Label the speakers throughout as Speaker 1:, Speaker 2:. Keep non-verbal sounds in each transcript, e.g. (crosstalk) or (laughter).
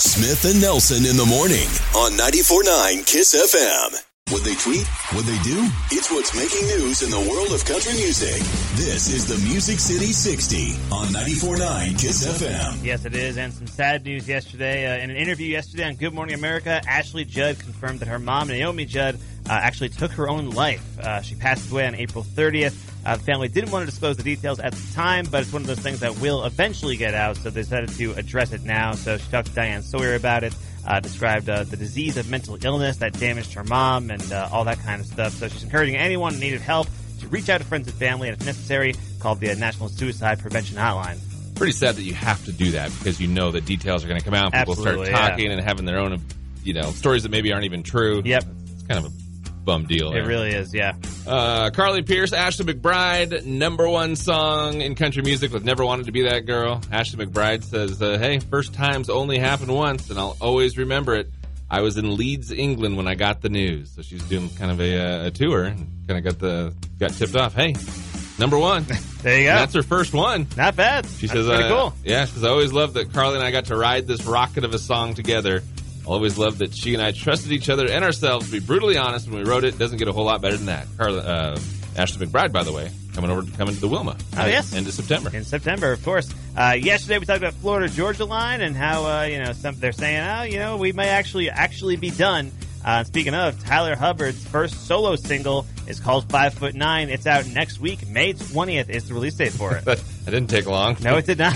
Speaker 1: Smith and Nelson in the morning on 94.9 Kiss FM. What they tweet, what they do, it's what's making news in the world of country music. This is the Music City 60 on 94.9 Kiss FM.
Speaker 2: Yes, it is. And some sad news yesterday. Uh, in an interview yesterday on Good Morning America, Ashley Judd confirmed that her mom, Naomi Judd, uh, actually took her own life. Uh, she passed away on April 30th. Uh, the family didn't want to disclose the details at the time, but it's one of those things that will eventually get out, so they decided to address it now. So she talked to Diane Sawyer about it, uh, described uh, the disease of mental illness that damaged her mom and uh, all that kind of stuff. So she's encouraging anyone in need of help to reach out to friends and family, and if necessary, call the National Suicide Prevention Hotline.
Speaker 3: pretty sad that you have to do that because you know that details are going to come out. People
Speaker 2: Absolutely, yeah.
Speaker 3: start talking and having their own, you know, stories that maybe aren't even true.
Speaker 2: Yep.
Speaker 3: It's kind of a bum deal.
Speaker 2: It
Speaker 3: there.
Speaker 2: really is, yeah.
Speaker 3: Uh, Carly Pierce, Ashley McBride, number one song in country music with Never Wanted to Be That Girl. Ashley McBride says, uh, Hey, first times only happen once, and I'll always remember it. I was in Leeds, England when I got the news. So she's doing kind of a, uh, a tour and kind of got the got tipped off. Hey,
Speaker 2: (laughs)
Speaker 3: number one.
Speaker 2: There you go.
Speaker 3: And that's her first one.
Speaker 2: Not bad.
Speaker 3: She
Speaker 2: That's
Speaker 3: says,
Speaker 2: pretty
Speaker 3: uh,
Speaker 2: cool.
Speaker 3: Yeah, she says, I always loved that Carly and I got to ride this rocket of a song together. Always loved that she and I trusted each other and ourselves to be brutally honest when we wrote it. Doesn't get a whole lot better than that. Carly, uh, Ashley McBride, by the way, coming over, coming to the Wilma.
Speaker 2: Oh, yes.
Speaker 3: End of September.
Speaker 2: in September, of course. Uh, yesterday, we talked about Florida Georgia line and how uh, you know some they're saying, oh, you know, we may actually actually be done. Uh, speaking of Tyler Hubbard's first solo single is called Five Foot Nine. It's out next week, May twentieth is the release date
Speaker 3: (laughs)
Speaker 2: for it.
Speaker 3: That, that didn't take long.
Speaker 2: no, it did not.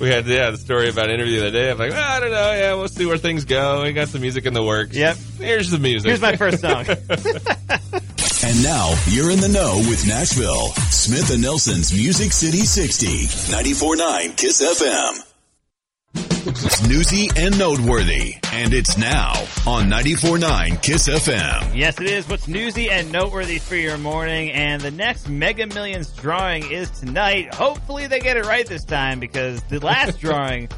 Speaker 2: (laughs)
Speaker 3: We had, yeah, the story about an interview the other day. I'm like, "Well, I don't know. Yeah, we'll see where things go. We got some music in the works.
Speaker 2: Yep.
Speaker 3: Here's the music.
Speaker 2: Here's my first song.
Speaker 1: And now you're in the know with Nashville. Smith and Nelson's Music City 60, 94.9 Kiss FM. Newsy and noteworthy. And it's now on 94.9 Kiss FM.
Speaker 2: Yes, it is. What's newsy and noteworthy for your morning? And the next Mega Millions drawing is tonight. Hopefully, they get it right this time because the last drawing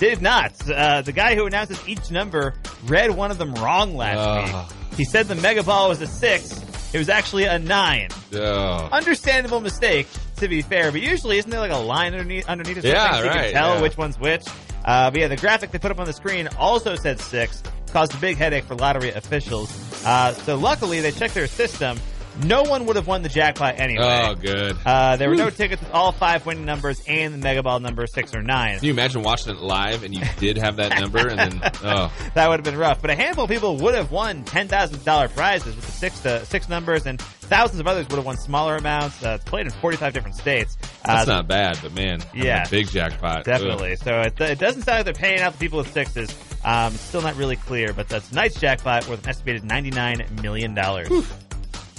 Speaker 2: did not. Uh, the guy who announces each number read one of them wrong last
Speaker 3: Ugh.
Speaker 2: week. He said the Mega Ball was a six. It was actually a nine. (laughs)
Speaker 3: Oh.
Speaker 2: Understandable mistake, to be fair. But usually, isn't there like a line underneath underneath or something
Speaker 3: Yeah,
Speaker 2: so you can
Speaker 3: right,
Speaker 2: tell
Speaker 3: yeah.
Speaker 2: which one's which? Uh, but yeah, the graphic they put up on the screen also said six, caused a big headache for lottery officials. Uh, so luckily, they checked their system. No one would have won the jackpot
Speaker 3: Oh,
Speaker 2: anyway.
Speaker 3: good.
Speaker 2: Uh, there were no tickets with all five winning numbers and the Mega Ball number six or nine.
Speaker 3: Can you imagine watching it live and you did have that number and
Speaker 2: (laughs)
Speaker 3: then, oh.
Speaker 2: that would have been rough. But a handful of people would have won ten thousand dollar prizes with the six uh, six numbers, and thousands of others would have won smaller amounts. Uh, it's played in forty five different states. Uh,
Speaker 3: That's not bad, but man, having
Speaker 2: Yeah.
Speaker 3: a big jackpot.
Speaker 2: definitely. So it, it doesn't sound like they're paying out the people with sixes. Um, it's still not really clear, but that's tonight's jackpot worth an estimated ninety nine million dollars.
Speaker 3: Ugh.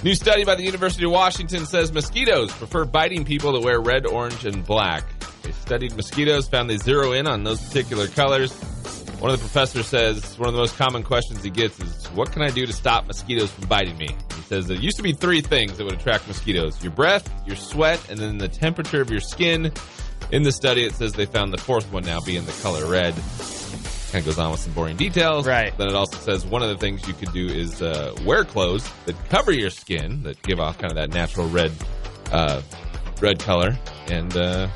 Speaker 3: New study by the University of Washington says mosquitoes prefer biting people that wear red, orange, and black. They studied mosquitoes, found they zero in on those particular colors. One of the professors says one of the most common questions he gets is, "What can I do to stop mosquitoes from biting me?" He says there used to be three things that would attract mosquitoes: your breath, your sweat, and then the temperature of your skin. In the study, it says they found the fourth one now being the color red. Kind of goes on with some boring details.
Speaker 2: Right.
Speaker 3: Then it also says one of the things you could do is uh, wear clothes that cover your skin that give off kind of that natural red, uh, red color, and uh,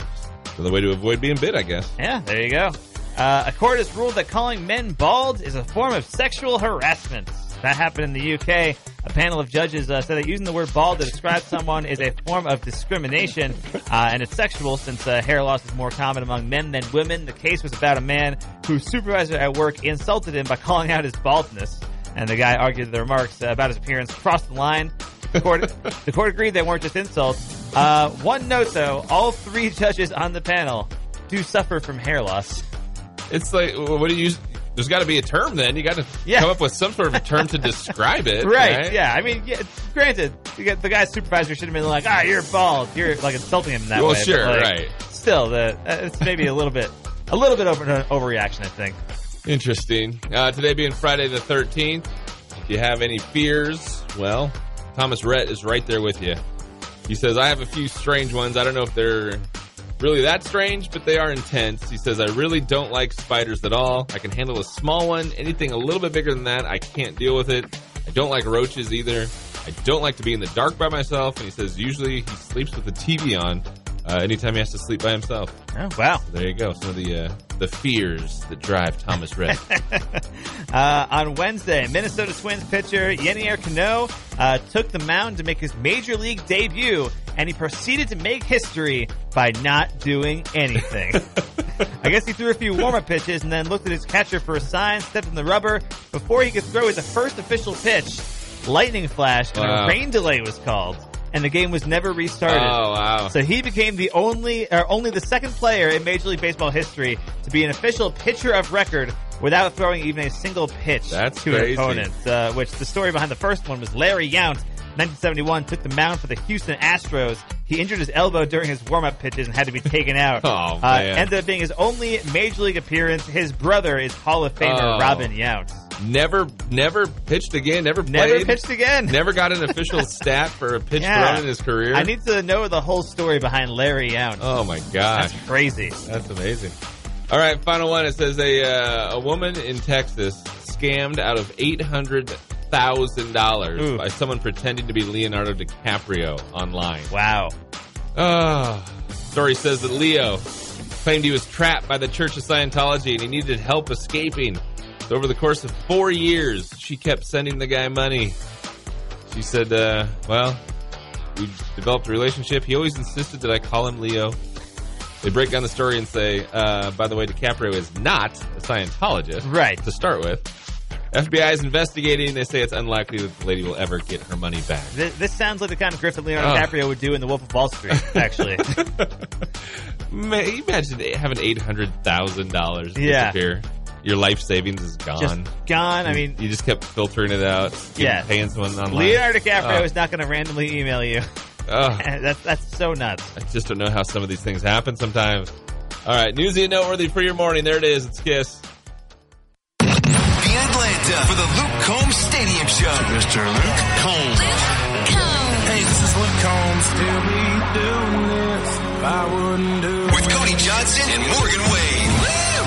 Speaker 3: another way to avoid being bit, I guess.
Speaker 2: Yeah, there you go. Uh, a court has ruled that calling men bald is a form of sexual harassment. That happened in the UK. A panel of judges uh, said that using the word bald to describe someone is a form of discrimination uh, and it's sexual since uh, hair loss is more common among men than women. The case was about a man whose supervisor at work insulted him by calling out his baldness. And the guy argued the remarks uh, about his appearance crossed the line. The court, the court agreed they weren't just insults. Uh, one note though, all three judges on the panel do suffer from hair loss.
Speaker 3: It's like, well, what do you? There's got to be a term then. You got to
Speaker 2: Yeah.
Speaker 3: come up with some sort of a term to describe
Speaker 2: (laughs)
Speaker 3: it,
Speaker 2: Right, yeah. I mean, yeah, granted, you got- the guy's supervisor should have been like, ah, you're bald. You're like insulting him in that
Speaker 3: Well,
Speaker 2: way. but,
Speaker 3: sure,
Speaker 2: like,
Speaker 3: right.
Speaker 2: Still, the, uh, it's maybe a little bit, a little bit over, an overreaction, I think.
Speaker 3: Interesting. Uh, today being Friday the 13th, if you have any fears, well, Thomas Rhett is right there with you. He says, I have a few strange ones. I don't know if they're really that strange, but they are intense. He says, I really don't like spiders at all. I can handle a small one. Anything a little bit bigger than that, I can't deal with it. I don't like roaches either. I don't like to be in the dark by myself. And he says, usually he sleeps with the TV on uh, anytime he has to sleep by himself.
Speaker 2: Oh, wow.
Speaker 3: There you go. Some of the uh, the fears that drive Thomas Red.
Speaker 2: (laughs) Uh, on Wednesday, Minnesota Twins pitcher Yenier Cano uh, took the mound to make his major league debut, and he proceeded to make history by not doing anything. I guess he threw a few warm-up pitches and then looked at his catcher for a sign, stepped in the rubber before he could throw his first official pitch. Lightning flashed, and
Speaker 3: Wow.
Speaker 2: a rain delay was called, and the game was never restarted.
Speaker 3: Oh, wow.
Speaker 2: So he became the only, or only the second player in Major League Baseball history to be an official pitcher of record without throwing even a single pitch
Speaker 3: That's
Speaker 2: to
Speaker 3: crazy.
Speaker 2: an opponent. Uh, which the story behind the first one was Larry Yount, 1971, took the mound for the Houston Astros. He injured his elbow during his warm-up pitches and had to be taken out.
Speaker 3: (laughs) Oh,
Speaker 2: Uh,
Speaker 3: man.
Speaker 2: ended up being his only Major League appearance. His brother is Hall of Famer
Speaker 3: Oh.
Speaker 2: Robin Yount.
Speaker 3: never, never pitched again. Never played.
Speaker 2: Never pitched again.
Speaker 3: Never got an official stat for a pitch
Speaker 2: Yeah.
Speaker 3: thrown in his career.
Speaker 2: I need to know the whole story behind Larry Yount.
Speaker 3: oh my gosh,
Speaker 2: That's crazy.
Speaker 3: that's amazing. All right, final one. It says a uh, a woman in Texas scammed out of eight hundred thousand dollars
Speaker 2: Ooh.
Speaker 3: by someone pretending to be Leonardo DiCaprio online.
Speaker 2: Wow.
Speaker 3: Ah, story says that Leo claimed he was trapped by the Church of Scientology and he needed help escaping. So over the course of four years, she kept sending the guy money. She said, uh, "Well, we developed a relationship. He always insisted that I call him Leo." They break down the story and say, uh, "By the way, DiCaprio is not a Scientologist,
Speaker 2: Right.
Speaker 3: To start with." FBI is investigating. They say it's unlikely that the lady will ever get her money back.
Speaker 2: This, this sounds like the kind of grift that Leonardo
Speaker 3: Oh.
Speaker 2: DiCaprio would do in The Wolf of Wall
Speaker 3: (laughs)
Speaker 2: Street, actually.
Speaker 3: Ma- Imagine having eight hundred thousand dollars
Speaker 2: Yeah.
Speaker 3: disappear. Your life savings is gone.
Speaker 2: just gone. I mean,
Speaker 3: you just kept filtering it out. keep
Speaker 2: Yeah.
Speaker 3: paying someone online.
Speaker 2: Leonardo DiCaprio
Speaker 3: Oh.
Speaker 2: is not going to randomly email you. (laughs)
Speaker 3: Ugh,
Speaker 2: that's that's so nuts.
Speaker 3: Oh, I just don't know how some of these things happen sometimes. All right, newsy and noteworthy for your morning. There it is. It's Kiss.
Speaker 4: in Atlanta for the Luke Combs Stadium Show. Mr. Luke Combs. Hey, this is Luke Combs. Still be doing this I wouldn't do With Cody Johnson and Morgan Wade.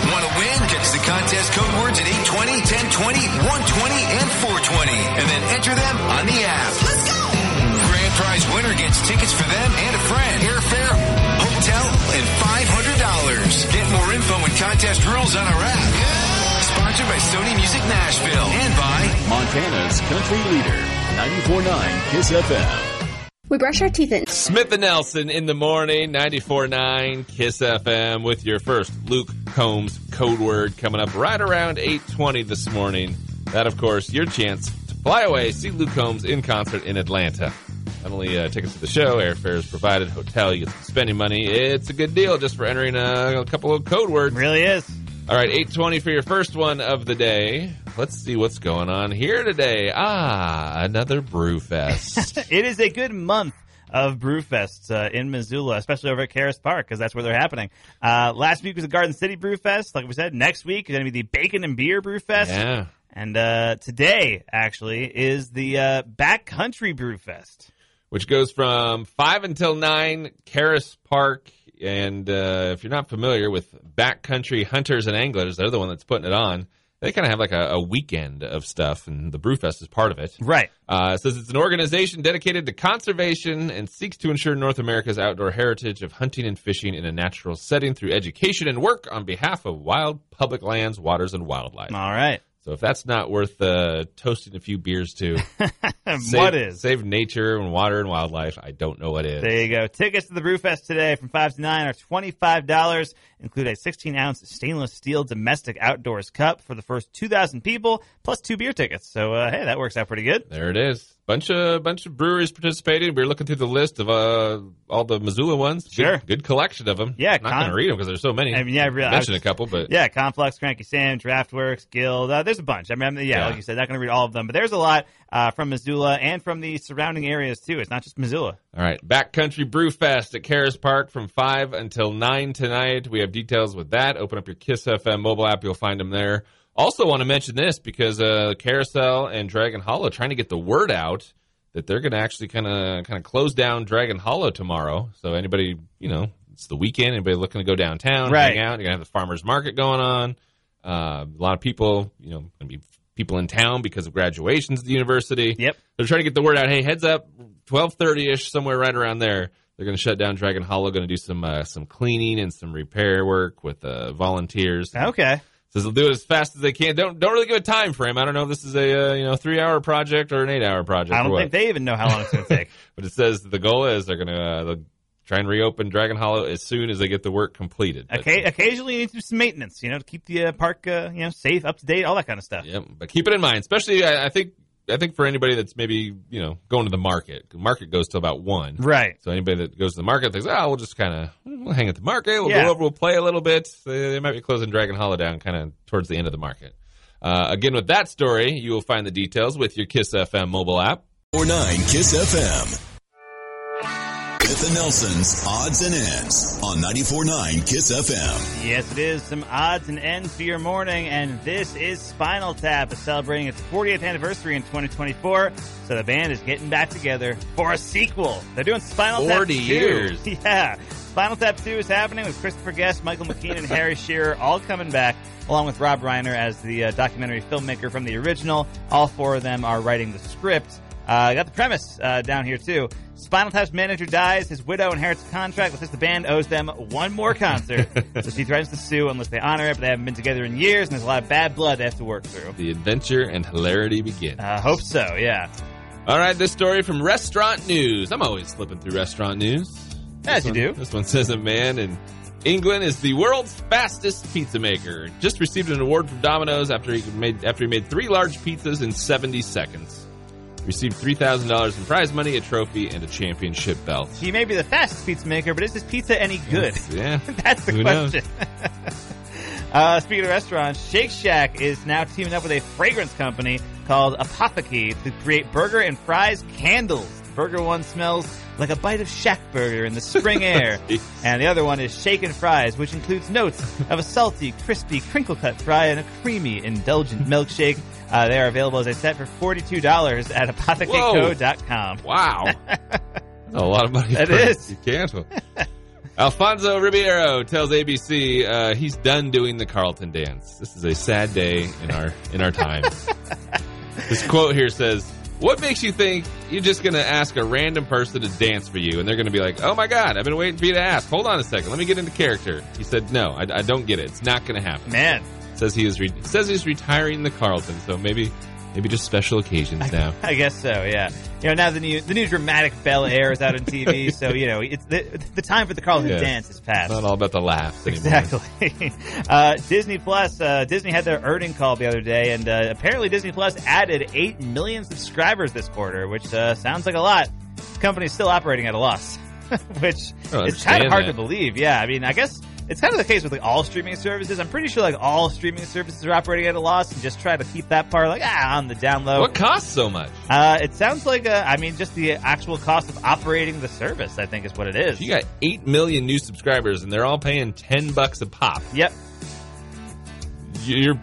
Speaker 4: Want to win? Catch the contest code words at 820, 1020, 120, and 420. And then enter them on the app. Let's go! Grand prize winner gets tickets for them and a friend. Airfare, hotel, and $500. Get more info and contest rules on our app. Sponsored by Sony Music Nashville and by
Speaker 1: Montana's country leader, 94.9 Kiss FM.
Speaker 5: We brush our teeth in.
Speaker 3: Smith and Nelson in the morning, 94.9 Kiss FM with your first Luke Combs code word coming up right around 8.20 this morning. That, of course, your chance to fly away, see Luke Combs in concert in Atlanta. Not only uh, tickets to the show, airfare is provided, hotel, you get some spending money. It's a good deal just for entering a, a couple of code words.
Speaker 2: Really is.
Speaker 3: All right, 820 for your first one of the day. Let's see what's going on here today. Ah, another
Speaker 2: (laughs)
Speaker 3: brew fest.
Speaker 2: It is a good month of Brewfests uh, in Missoula, especially over at Karis Park, because that's where they're happening. Uh, last week was the Garden City Brewfest, like we said. Next week is going to be the Bacon and Beer Brewfest.
Speaker 3: yeah.
Speaker 2: And uh, today, actually, is the uh, Backcountry Brewfest.
Speaker 3: which goes from 5 until 9, Karis Park. And uh, if you're not familiar with backcountry hunters and anglers, they're the one that's putting it on. They kind of have like a, a weekend of stuff, and the Brewfest is part of it.
Speaker 2: Right.
Speaker 3: Uh, it says it's an organization dedicated to conservation and seeks to ensure North America's outdoor heritage of hunting and fishing in a natural setting through education and work on behalf of wild public lands, waters, and wildlife.
Speaker 2: All right. (laughs)
Speaker 3: So if that's not worth uh, toasting a few beers to, Save,
Speaker 2: what is?
Speaker 3: save nature and water and wildlife? I don't know what is.
Speaker 2: There you go. Tickets to the Brewfest today from 5 to 9 are $25. Include a 16 ounce stainless steel domestic outdoors cup for the first 2,000 people, plus two beer tickets. So, uh, hey, that works out pretty good.
Speaker 3: there it is. Bunch of bunch of breweries participating. We were looking through the list of uh, all the Missoula ones. Good-
Speaker 2: Sure.
Speaker 3: good, collection of them.
Speaker 2: Yeah,
Speaker 3: not
Speaker 2: Con-
Speaker 3: gonna read them because there's so many.
Speaker 2: I mean, yeah, I realize-
Speaker 3: mentioned a couple, but
Speaker 2: Yeah, Conflux, Cranky Sam, Draftworks, Guild. Uh, there's a bunch. I mean, I'm- yeah,
Speaker 3: Yeah.
Speaker 2: like you said, not going to read all of them, but there's a lot uh, from Missoula and from the surrounding areas, too. It's not just Missoula.
Speaker 3: All right, Backcountry Brew Fest at Karis Park from 5 until 9 tonight. We have details with that. Open up your Kiss FM mobile app, you'll find them there. Also, want to mention this because uh, Carousel and Dragon Hollow trying to get the word out that they're going to actually kind of kind of close down Dragon Hollow tomorrow. So anybody, you know, it's the weekend. Anybody looking to go downtown,
Speaker 2: Right.
Speaker 3: hang out. You're going to have the farmers market going on. Uh, a lot of people, you know, going to be people in town because of graduations at the university.
Speaker 2: Yep.
Speaker 3: They're trying to get the word out. Hey, heads up, twelve thirty ish, somewhere right around there. They're going to shut down Dragon Hollow. Going to do some uh, some cleaning and some repair work with uh, volunteers.
Speaker 2: Okay.
Speaker 3: Says they'll do it as fast as they can. Don't don't really give a time frame. I don't know if this is a uh, you know three hour project or an eight hour project.
Speaker 2: I
Speaker 3: or
Speaker 2: don't
Speaker 3: what.
Speaker 2: think they even know how long it's going to (laughs) take.
Speaker 3: But it says the goal is they're going to uh, they'll try and reopen Dragon Hollow as soon as they get the work completed. But-
Speaker 2: Okay, occasionally you need to do some maintenance, you know, to keep the uh, park, uh, you know, safe, up to date, all that kind of stuff.
Speaker 3: Yep. But keep it in mind, especially I, I think I think for anybody that's maybe you know going to the market. The market goes till about one.
Speaker 2: Right.
Speaker 3: So anybody that goes to the market thinks, oh, we'll just kind of we'll hang at the market. We'll
Speaker 2: Yeah.
Speaker 3: go over. We'll play a little bit. They, they might be closing Dragon Hollow down kind of towards the end of the market. Uh, again, with that story, you will find the details with your Kiss FM mobile app.
Speaker 1: 9 Kiss FM. With the Nelsons, odds and ends on 94.9 Kiss FM.
Speaker 2: Yes, it is. Some odds and ends for your morning, and this is Spinal Tap, is celebrating its 40th anniversary in 2024. So the band is getting back together for a sequel. They're doing Spinal Tap
Speaker 3: 40
Speaker 2: 2. (laughs)
Speaker 3: years.
Speaker 2: Yeah. Spinal Tap 2 is happening with Christopher Guest, Michael McKean, and Harry Shearer all coming back, along with Rob Reiner as the uh, documentary filmmaker from the original. All four of them are writing the script. Uh, I got the premise uh, down here, too. Spinal Tap's manager dies, his widow inherits a contract, with this the band owes them one more concert. so she threatens to sue unless they honor it, but they haven't been together in years, and there's a lot of bad blood they have to work through.
Speaker 3: The adventure and hilarity begin.
Speaker 2: Uh, hope so, yeah.
Speaker 3: All right, this story from Restaurant News. I'm always slipping through Restaurant News.
Speaker 2: As
Speaker 3: This
Speaker 2: you
Speaker 3: one-
Speaker 2: do.
Speaker 3: This one says a man in England is the world's fastest pizza maker. Just received an award from Domino's after he made after he made three large pizzas in 70 seconds. Received three thousand dollars in prize money, a trophy, and a championship belt.
Speaker 2: He may be the fastest pizza maker, but is his pizza any good?
Speaker 3: Yeah.
Speaker 2: (laughs) That's the
Speaker 3: Who knows?
Speaker 2: question. (laughs) uh, speaking of restaurants, Shake Shack is now teaming up with a fragrance company called Apothecary to create burger and fries candles. Burger one smells like a bite of Shack burger in the
Speaker 3: (laughs)
Speaker 2: spring air,
Speaker 3: Jeez.
Speaker 2: and the other one is shaken fries, which includes notes of a salty, crispy, crinkle cut fry and a creamy, indulgent milkshake. Uh, they are available as a set for forty-two dollars at apothecaryco.com.
Speaker 3: Wow.
Speaker 2: (laughs)
Speaker 3: That's a lot of money.
Speaker 2: That
Speaker 3: for-
Speaker 2: is.
Speaker 3: You can't. Alfonso Ribeiro tells ABC uh, he's done doing the Carlton dance. This is a sad day in our in
Speaker 2: (laughs)
Speaker 3: our time. this quote here says, "What makes you think you're just going to ask a random person to dance for you, and they're going to be like, "Oh my God, I've been waiting for you to ask. Hold on a second, let me get into character." He said, "No, I, I don't get it. It's not going to happen."
Speaker 2: Man,
Speaker 3: Says he is re- says he's retiring the Carlton, so maybe maybe just special occasions now.
Speaker 2: (laughs) I guess so. Yeah. You know, now the new the new dramatic Bel Air is out on
Speaker 3: (laughs)
Speaker 2: TV, so you know it's the the time for the Carlton
Speaker 3: Yeah.
Speaker 2: dance is
Speaker 3: It's
Speaker 2: past. (laughs)
Speaker 3: not all about the laughs anymore.
Speaker 2: Exactly. (laughs) uh, Disney Plus. Uh, Disney had their earning call the other day, and uh, apparently Disney Plus added eight million subscribers this quarter, which uh, sounds like a lot. The company's still operating at a loss, (laughs) which is
Speaker 3: I
Speaker 2: kind of
Speaker 3: understand
Speaker 2: hard
Speaker 3: that.
Speaker 2: to believe. Yeah, I mean, I guess. It's kind of the case with like all streaming services. I'm pretty sure like all streaming services are operating at a loss and just try to keep that part like ah on the down low.
Speaker 3: What costs so much?
Speaker 2: Uh, it sounds like, uh, I mean, just the actual cost of operating the service, I think, is what it is.
Speaker 3: You got eight million new subscribers, and they're all paying ten bucks a pop.
Speaker 2: yep.
Speaker 3: You're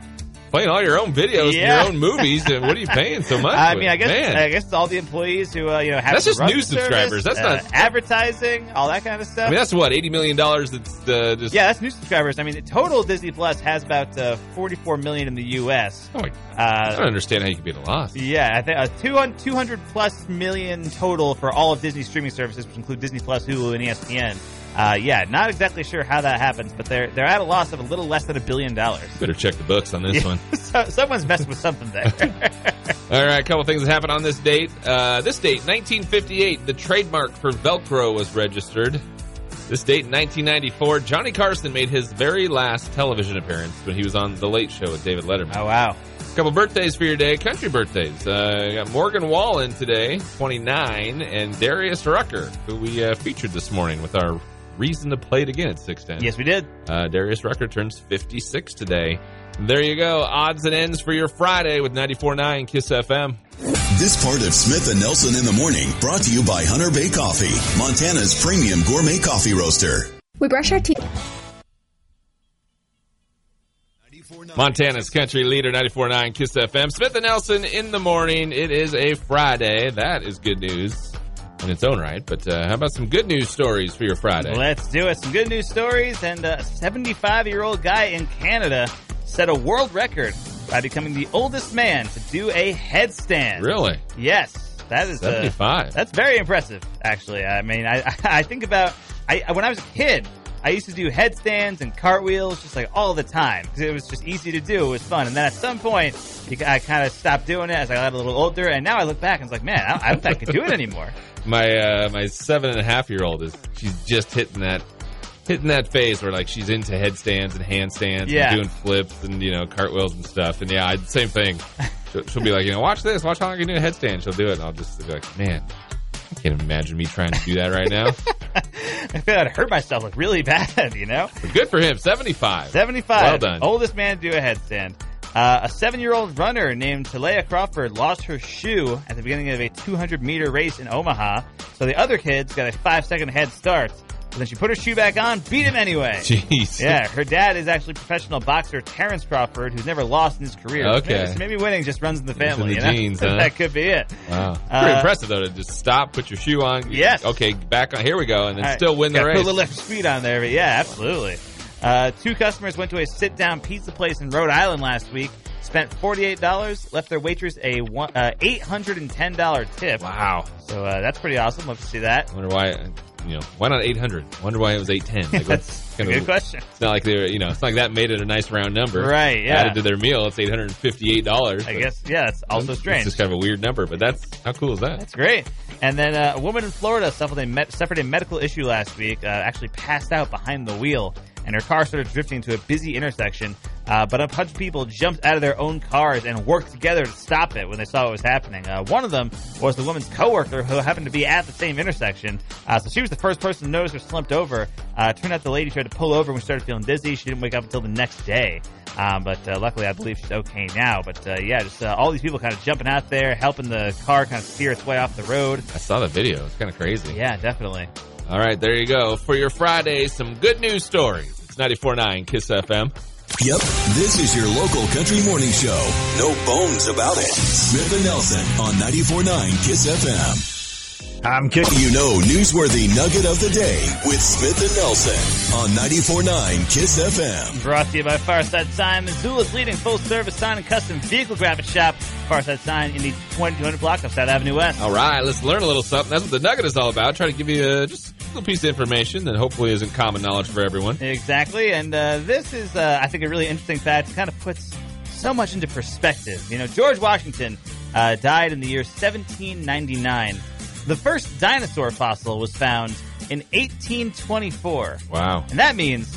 Speaker 3: playing all your own videos, and
Speaker 2: Yeah.
Speaker 3: your own movies, and what are you paying so
Speaker 2: (laughs)
Speaker 3: much?
Speaker 2: I
Speaker 3: with?
Speaker 2: mean, I guess
Speaker 3: Man.
Speaker 2: I guess it's all the employees who uh, you know have
Speaker 3: That's
Speaker 2: to
Speaker 3: just
Speaker 2: run
Speaker 3: new
Speaker 2: the service,
Speaker 3: subscribers. That's
Speaker 2: uh,
Speaker 3: not-
Speaker 2: advertising, all that kind of stuff.
Speaker 3: I mean, that's what eighty million dollars. That's uh, just
Speaker 2: yeah, that's new subscribers. I mean, the total Disney Plus has about uh, 44 million in the U.S.
Speaker 3: Oh my- I don't
Speaker 2: Uh,
Speaker 3: understand how you could be at a loss.
Speaker 2: yeah, I think uh, 200, 200 plus million total for all of Disney streaming services, which include Disney Plus, Hulu, and E ESPN. Uh, yeah, not exactly sure how that happens, but they're they're at a loss of a little less than a billion dollars.
Speaker 3: Better check the books on this
Speaker 2: Yeah. (laughs)
Speaker 3: one.
Speaker 2: so, someone's messing with something there.
Speaker 3: All right, a couple things that happened on this date. Uh, this date, 1958, the trademark for Velcro was registered. This date, 1994, Johnny Carson made his very last television appearance when he was on The Late Show with David Letterman.
Speaker 2: oh wow.
Speaker 3: Couple birthdays for your day, country birthdays. Uh, you got Morgan Wallen today, 29, and Darius Rucker, who we uh, featured this morning with our reason to play it again at 610.
Speaker 2: Yes, we did.
Speaker 3: Uh, Darius Rucker turns 56 today. There you go. Odds and ends for your Friday with 94.9 Kiss FM.
Speaker 1: This part of Smith and Nelson in the morning brought to you by Hunter Bay Coffee, Montana's premium gourmet coffee roaster.
Speaker 5: We brush our teeth.
Speaker 1: 94.9
Speaker 3: Montana's country leader, 94.9 Kiss FM. Smith and Nelson in the morning. It is a Friday. That is good news in its own right. But uh, how about some good news stories for your Friday?
Speaker 2: Let's do it. Some good news stories. And a 75 year old guy in Canada set a world record by becoming the oldest man to do a headstand.
Speaker 3: Really?
Speaker 2: Yes. That is uh,
Speaker 3: 75.
Speaker 2: That's very impressive. Actually, I mean, I (laughs) I think about I when I was a kid, I used to do headstands and cartwheels just like all the time because it was just easy to do. It was fun, and then at some point, I kind of stopped doing it as I got a little older, and now I look back and it's like, man, I, I don't think I can do it anymore. (laughs)
Speaker 3: My uh, my seven and a half year old is she's just hitting that hitting that phase where like she's into headstands and handstands
Speaker 2: Yeah.
Speaker 3: and doing flips and you know cartwheels and stuff. And yeah, I,
Speaker 2: (laughs)
Speaker 3: same thing. She'll, she'll be like, you know, watch this, watch how long I can do a headstand. She'll do it, and I'll just be like, man, I can't imagine me trying to do that
Speaker 2: (laughs)
Speaker 3: right now.
Speaker 2: I feel I'd hurt myself like really (laughs) bad, you know.
Speaker 3: but good for him, seventy five.
Speaker 2: 75.
Speaker 3: Well done.
Speaker 2: Oldest man to do a headstand. Uh, a seven year old runner named Talea Crawford lost her shoe at the beginning of a 200 meter race in Omaha. So the other kids got a five second head start. But then she put her shoe back on, beat him anyway.
Speaker 3: Jeez.
Speaker 2: Yeah, her dad is actually professional boxer Terrence Crawford, who's never lost in his career. So
Speaker 3: Okay.
Speaker 2: Maybe, so maybe winning just runs in the
Speaker 3: in
Speaker 2: family.
Speaker 3: the
Speaker 2: you know?
Speaker 3: genes, huh?
Speaker 2: (laughs) that could be it.
Speaker 3: Wow. Pretty
Speaker 2: Uh,
Speaker 3: impressive though to just stop, put your shoe on.
Speaker 2: Yes.
Speaker 3: Okay, back on. Here we go, and then
Speaker 2: All right,
Speaker 3: still win the
Speaker 2: gotta
Speaker 3: race.
Speaker 2: Put a little extra speed on there, but yeah, absolutely. Uh, two customers went to a sit-down pizza place in Rhode Island last week. Spent forty-eight dollars, left their waitress a one, uh, eight hundred and ten dollar tip.
Speaker 3: wow.
Speaker 2: So uh, that's pretty awesome. Love to see that.
Speaker 3: I wonder why. You know, why not eight hundred? Wonder why it was eight ten.
Speaker 2: (laughs)
Speaker 3: Like,
Speaker 2: That's a
Speaker 3: kinda-
Speaker 2: good question.
Speaker 3: It's not like they're you know, it's not like that made it a nice round number.
Speaker 2: Right, yeah.
Speaker 3: Added to their meal, it's eight hundred and fifty eight dollars.
Speaker 2: I guess yeah, that's also strange.
Speaker 3: It's just kind of a weird number, but that's how cool is that?
Speaker 2: That's great. And then uh, a woman in Florida suffered a, med- suffered a medical issue last week, uh, actually passed out behind the wheel, and her car started drifting to a busy intersection. Uh, but a bunch of people jumped out of their own cars and worked together to stop it when they saw what was happening. Uh, one of them was the woman's coworker who happened to be at the same intersection. Uh, so she was the first person to notice her slumped over. Uh, it turned out the lady tried to pull over when she started feeling dizzy. She didn't wake up until the next day. Um, but uh, luckily, I believe she's okay now. But uh, yeah, just uh, all these people kind of jumping out there, helping the car kind of steer its way off the road.
Speaker 3: I saw the video. It's kind of crazy.
Speaker 2: Yeah, definitely.
Speaker 3: All right, there you go. For your Friday, some good news stories. It's 94.9 KISS FM.
Speaker 1: Yep, this is your local country morning show. No bones about it. Smith and Nelson on 94.9 Kiss FM.
Speaker 5: I'm kicking.
Speaker 1: You know, newsworthy nugget of the day with Smith and Nelson on 94.9 Kiss FM.
Speaker 2: Brought to you by Farside Sign, Missoula's leading full service sign and custom vehicle graphic shop. Farside Sign in the 2200 block of South Avenue West.
Speaker 3: All right, let's learn a little something. That's what the nugget is all about. Try to give you uh, just a little piece of information that hopefully isn't common knowledge for everyone.
Speaker 2: Exactly. And uh, this is, uh, I think, a really interesting fact. It kind of puts so much into perspective. You know, George Washington uh, died in the year 1799. The first dinosaur fossil was found in 1824.
Speaker 3: Wow, (laughs)
Speaker 2: And that means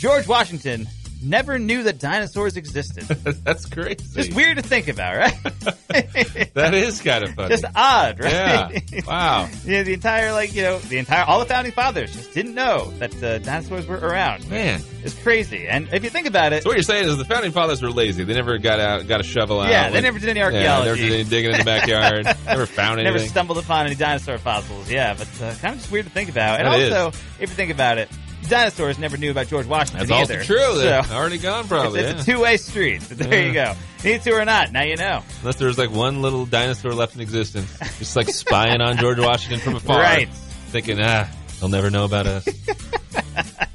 Speaker 2: George Washington never knew that dinosaurs
Speaker 3: (laughs)
Speaker 2: existed.
Speaker 3: that's crazy.
Speaker 2: Just weird to think about,
Speaker 3: (laughs)
Speaker 2: right?
Speaker 3: That is kind of funny.
Speaker 2: Just odd,
Speaker 3: yeah.
Speaker 2: right?
Speaker 3: Wow.
Speaker 2: (laughs) Yeah, the entire like you know the entire all the founding fathers just didn't know that uh, dinosaurs were around.
Speaker 3: Man.
Speaker 2: it's crazy. And if you think about it,
Speaker 3: So what you're saying is the founding fathers were lazy. They never got out, got a shovel out.
Speaker 2: Yeah, they never did any
Speaker 3: Yeah,
Speaker 2: archaeology.
Speaker 3: never did any digging in the backyard.
Speaker 2: (laughs)
Speaker 3: never found anything.
Speaker 2: never stumbled upon any dinosaur fossils. Yeah, but uh, kind of just weird to think about. And
Speaker 3: That is.
Speaker 2: also, if you think about it, dinosaurs never knew about George Washington
Speaker 3: That's
Speaker 2: either.
Speaker 3: also true. They're
Speaker 2: So,
Speaker 3: already gone, probably.
Speaker 2: it's, it's
Speaker 3: yeah.
Speaker 2: a two-way street. (laughs) So there you go. Need to or not, now you know.
Speaker 3: Unless there was like one little dinosaur left in existence, just like spying on George Washington from
Speaker 2: (laughs)
Speaker 3: afar,
Speaker 2: Right.
Speaker 3: Thinking, ah, they'll never know about us.